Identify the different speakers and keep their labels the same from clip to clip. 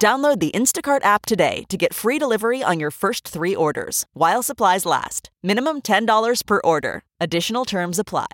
Speaker 1: Download the Instacart app today to get free delivery on your first three orders while supplies last. Minimum $10 per order. Additional terms apply.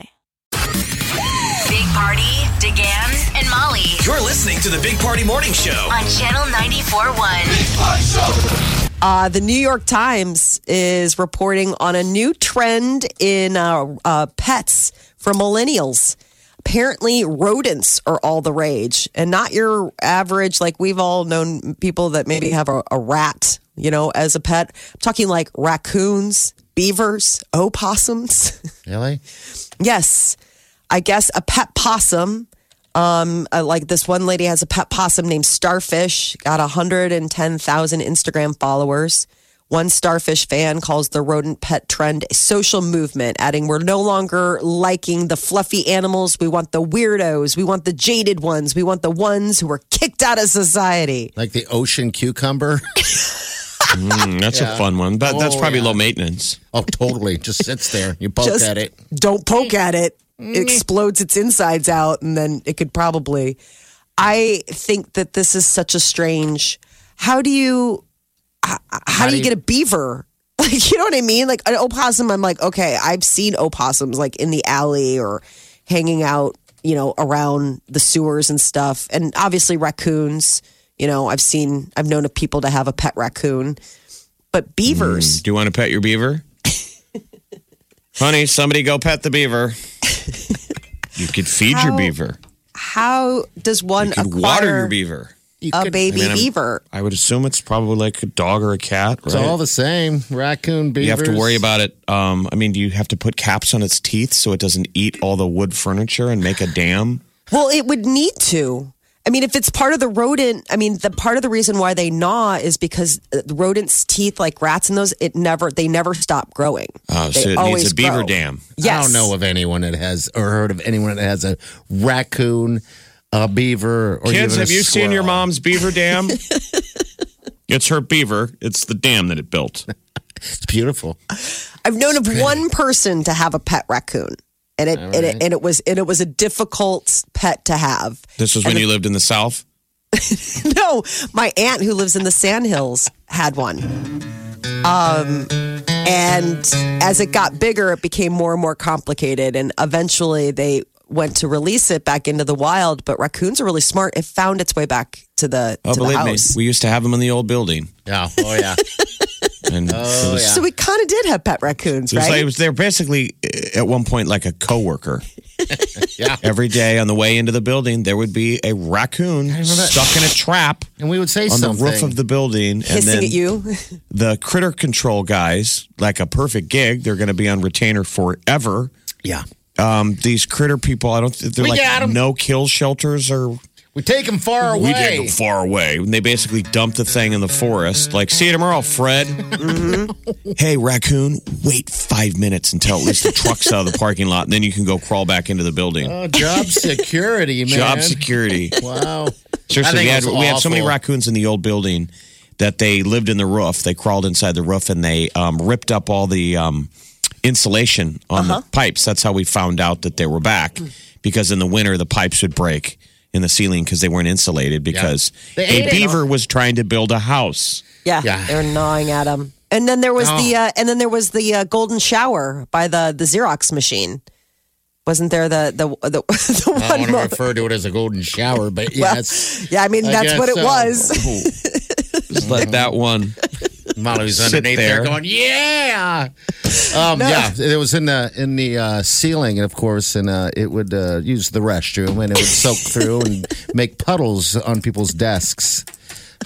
Speaker 2: Big Party, DeGan, and Molly
Speaker 3: You're listening to the Big Party Morning Show.
Speaker 2: on Channel 94.1.
Speaker 4: Uh, the New York Times is reporting on a new trend in uh, uh, pets for millennials. Apparently, rodents are all the rage, and not your average. Like we've all known people that maybe have a, a rat, you know, as a pet. I'm talking like raccoons, beavers, opossums.
Speaker 5: Really?
Speaker 4: Yes. I guess a pet possum. Um, uh, like this one lady has a pet possum named Starfish, got 110,000 Instagram followers. One Starfish fan calls the rodent pet trend a social movement, adding, We're no longer liking the fluffy animals. We want the weirdos. We want the jaded ones. We want the ones who were kicked out of society.
Speaker 5: Like the ocean cucumber?
Speaker 6: Mm, that's a fun one. That, that's
Speaker 5: Oh,
Speaker 6: probably
Speaker 5: yeah.
Speaker 6: low maintenance.
Speaker 5: oh, totally. Just sits there. You poke
Speaker 4: Just
Speaker 5: at it.
Speaker 4: Don't poke at it. It explodes its insides out, and then it could probably. I think that this is such a strange. How do you? How, how do you get a beaver? Like you know what I mean? Like an opossum. I'm like, okay, I've seen opossums like in the alley or hanging out, you know, around the sewers and stuff. And obviously raccoons. You know, I've seen, I've known of people to have a pet raccoon, but beavers.
Speaker 6: Do you want to pet your beaver? Honey, somebody go pet the beaver. you could feed your
Speaker 4: How-
Speaker 6: beaver.
Speaker 4: How does one
Speaker 6: You could
Speaker 4: acquire
Speaker 6: water your beaver.
Speaker 4: a baby
Speaker 6: I mean, I'm-
Speaker 4: beaver.
Speaker 6: I would assume it's probably like a dog or a cat,
Speaker 5: It's
Speaker 6: right?
Speaker 5: all the same. Raccoon, beavers.
Speaker 6: you have to worry about it. Um, I mean, do you have to put caps on its teeth so it doesn't eat all the wood furniture and make a dam?
Speaker 4: Well, it would need to. I mean, if it's part of the rodent, I mean, the part of the reason why they gnaw is because uh, rodents' teeth, like rats and those, it never they never stop growing.
Speaker 6: Oh,
Speaker 4: They
Speaker 6: so it needs
Speaker 4: always
Speaker 6: a beaver
Speaker 4: grow.
Speaker 6: dam.
Speaker 4: Yes.
Speaker 5: I don't know of anyone that has, or heard of anyone that has a raccoon, a beaver, or
Speaker 6: Kids,
Speaker 5: even a
Speaker 6: have you seen your
Speaker 5: squirrel.
Speaker 6: mom's beaver dam? it's her beaver. It's the dam that it built.
Speaker 5: It's beautiful.
Speaker 4: I've known of one person to have a pet raccoon, and it, and it and it was and it was a difficult pet to have.
Speaker 6: This was when you lived in the South.
Speaker 4: no, my aunt who lives in the Sand Hills had one. Um, and as it got bigger, it became more and more complicated. And eventually they went to release it back into the wild. But raccoons are really smart. It found its way back to the,
Speaker 6: Oh,
Speaker 4: to the
Speaker 6: believe me,
Speaker 4: house.
Speaker 6: we used to have them in the old building,
Speaker 5: Yeah. Oh, yeah. Oh,
Speaker 6: and it was,
Speaker 4: So we kind of did have pet raccoons,
Speaker 6: it was
Speaker 4: Oh, right?
Speaker 6: like, it was- they're basically uh, at one point like a coworker.
Speaker 5: Yeah.
Speaker 6: Every day on the way into the building, there would be a raccoon stuck in a trap
Speaker 5: And we would say
Speaker 6: on
Speaker 5: something.
Speaker 6: the roof of the building, and
Speaker 4: Hissing
Speaker 6: then
Speaker 4: at you.
Speaker 6: the critter control guys, like a perfect gig, they're going to be on retainer forever.
Speaker 5: yeah.
Speaker 6: Um, these critter people, I don't. They're
Speaker 5: We
Speaker 6: like
Speaker 5: got 'em.
Speaker 6: no kill shelters or
Speaker 5: We take them far away.
Speaker 6: We didn't go far away. And they basically dumped the thing in the forest. Like, see you tomorrow, Fred.
Speaker 5: Mm-hmm.
Speaker 6: Hey, raccoon, wait five minutes until at least the truck's out of the parking lot, and then you can go crawl back into the building.
Speaker 5: Oh, job security, man.
Speaker 6: Job security.
Speaker 5: Wow.
Speaker 6: Seriously,
Speaker 5: I think
Speaker 6: we had,
Speaker 5: it was
Speaker 6: we had so many
Speaker 5: awful.
Speaker 6: raccoons in the old building that they lived in the roof. They crawled inside the roof and they um, ripped up all the um, insulation on the
Speaker 5: Uh-huh.
Speaker 6: pipes. That's how we found out that they were back
Speaker 5: Hmm.
Speaker 6: because in the winter the pipes would break in the ceiling because they weren't insulated because
Speaker 5: They ate
Speaker 6: a
Speaker 5: it.
Speaker 6: beaver was trying to build a house.
Speaker 4: yeah,
Speaker 5: Yeah.
Speaker 4: they're gnawing at them. And then there was
Speaker 6: Oh.
Speaker 4: the uh, and then there was the uh, golden shower by the the Xerox machine. Wasn't there the the the, the
Speaker 5: I don't
Speaker 6: Oh,
Speaker 4: one?
Speaker 5: want to
Speaker 4: moment-
Speaker 5: refer to it as a golden shower, but yes.
Speaker 4: yeah, I mean
Speaker 5: I
Speaker 4: that's
Speaker 5: guess uh,
Speaker 4: what it
Speaker 5: so.
Speaker 4: was.
Speaker 6: Just let that one.
Speaker 5: Molly's
Speaker 6: Sit
Speaker 5: underneath there.
Speaker 6: there.
Speaker 5: going, "Yeah." Um, Yeah, it was in the in the uh, ceiling, of course, and uh, it would uh, use the restroom, and it would soak through and make puddles on people's desks.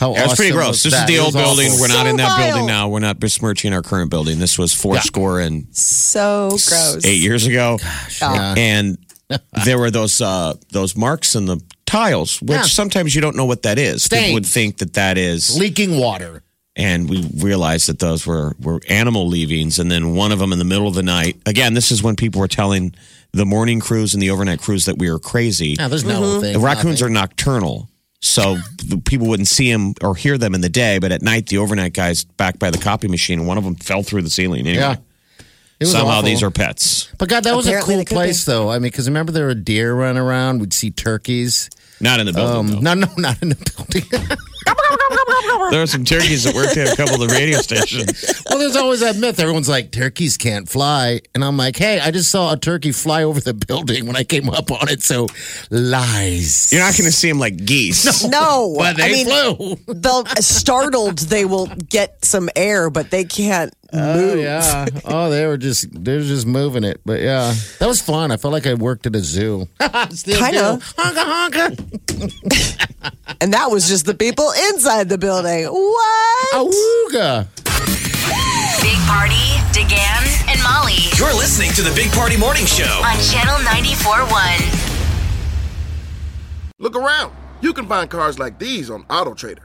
Speaker 5: How
Speaker 6: That's pretty
Speaker 5: awesome
Speaker 6: gross.
Speaker 5: was
Speaker 6: This is
Speaker 5: that?
Speaker 6: the
Speaker 5: It
Speaker 6: old
Speaker 5: was awful.
Speaker 6: building. We're not in that
Speaker 4: So
Speaker 6: building
Speaker 4: vile.
Speaker 6: now. We're not besmirching our current building. This was four score and
Speaker 4: so gross.
Speaker 6: eight years ago.
Speaker 5: Yeah.
Speaker 6: and there were those uh, those marks in the tiles, which
Speaker 5: Yeah.
Speaker 6: sometimes you don't know what that is. People would
Speaker 5: Stains.
Speaker 6: think that that is
Speaker 5: leaking water.
Speaker 6: and we realized that those were were animal leavings. And then one of them in the middle of the night. Again, this is when people were telling the morning crews and the overnight crews that we were crazy.
Speaker 5: Yeah, there's no
Speaker 4: Mm-hmm.
Speaker 5: thing.
Speaker 6: The raccoons are nocturnal, so the people wouldn't see them or hear them in the day, but at night, the overnight guys back by the copy machine, and one of them fell through the ceiling. Anyway,
Speaker 5: Yeah. It was
Speaker 6: somehow
Speaker 5: awful.
Speaker 6: these are pets.
Speaker 5: But God, that was a
Speaker 4: Apparently
Speaker 5: cool
Speaker 4: they could
Speaker 5: place, though. I mean, because remember there were deer running around. We'd see turkeys.
Speaker 6: Not in the building.
Speaker 5: Um,
Speaker 6: though.
Speaker 5: no, no, not in the building.
Speaker 6: There were some turkeys that worked at a couple of the radio stations.
Speaker 5: well, there's always that myth. Everyone's like, turkeys can't fly, and I'm like, hey, I just saw a turkey fly over the building when I came up on it. So lies.
Speaker 6: You're not going to see them like geese.
Speaker 4: No,
Speaker 5: But they
Speaker 4: I mean,
Speaker 5: flew.
Speaker 4: they'll startled. They will get some air, but they can't move.
Speaker 5: yeah. Oh, they were just they were just moving it. But yeah, that was fun. I felt like I worked at a zoo. Still do.
Speaker 4: Kinda.
Speaker 5: Honka honka.
Speaker 4: And that was just the people inside the building. What?
Speaker 5: Oh, Awooga.
Speaker 2: Big Party, DeGan and Molly
Speaker 3: You're listening to the Big Party Morning Show.
Speaker 2: on Channel 94.1.
Speaker 7: Look around. You can find cars like these on AutoTrader.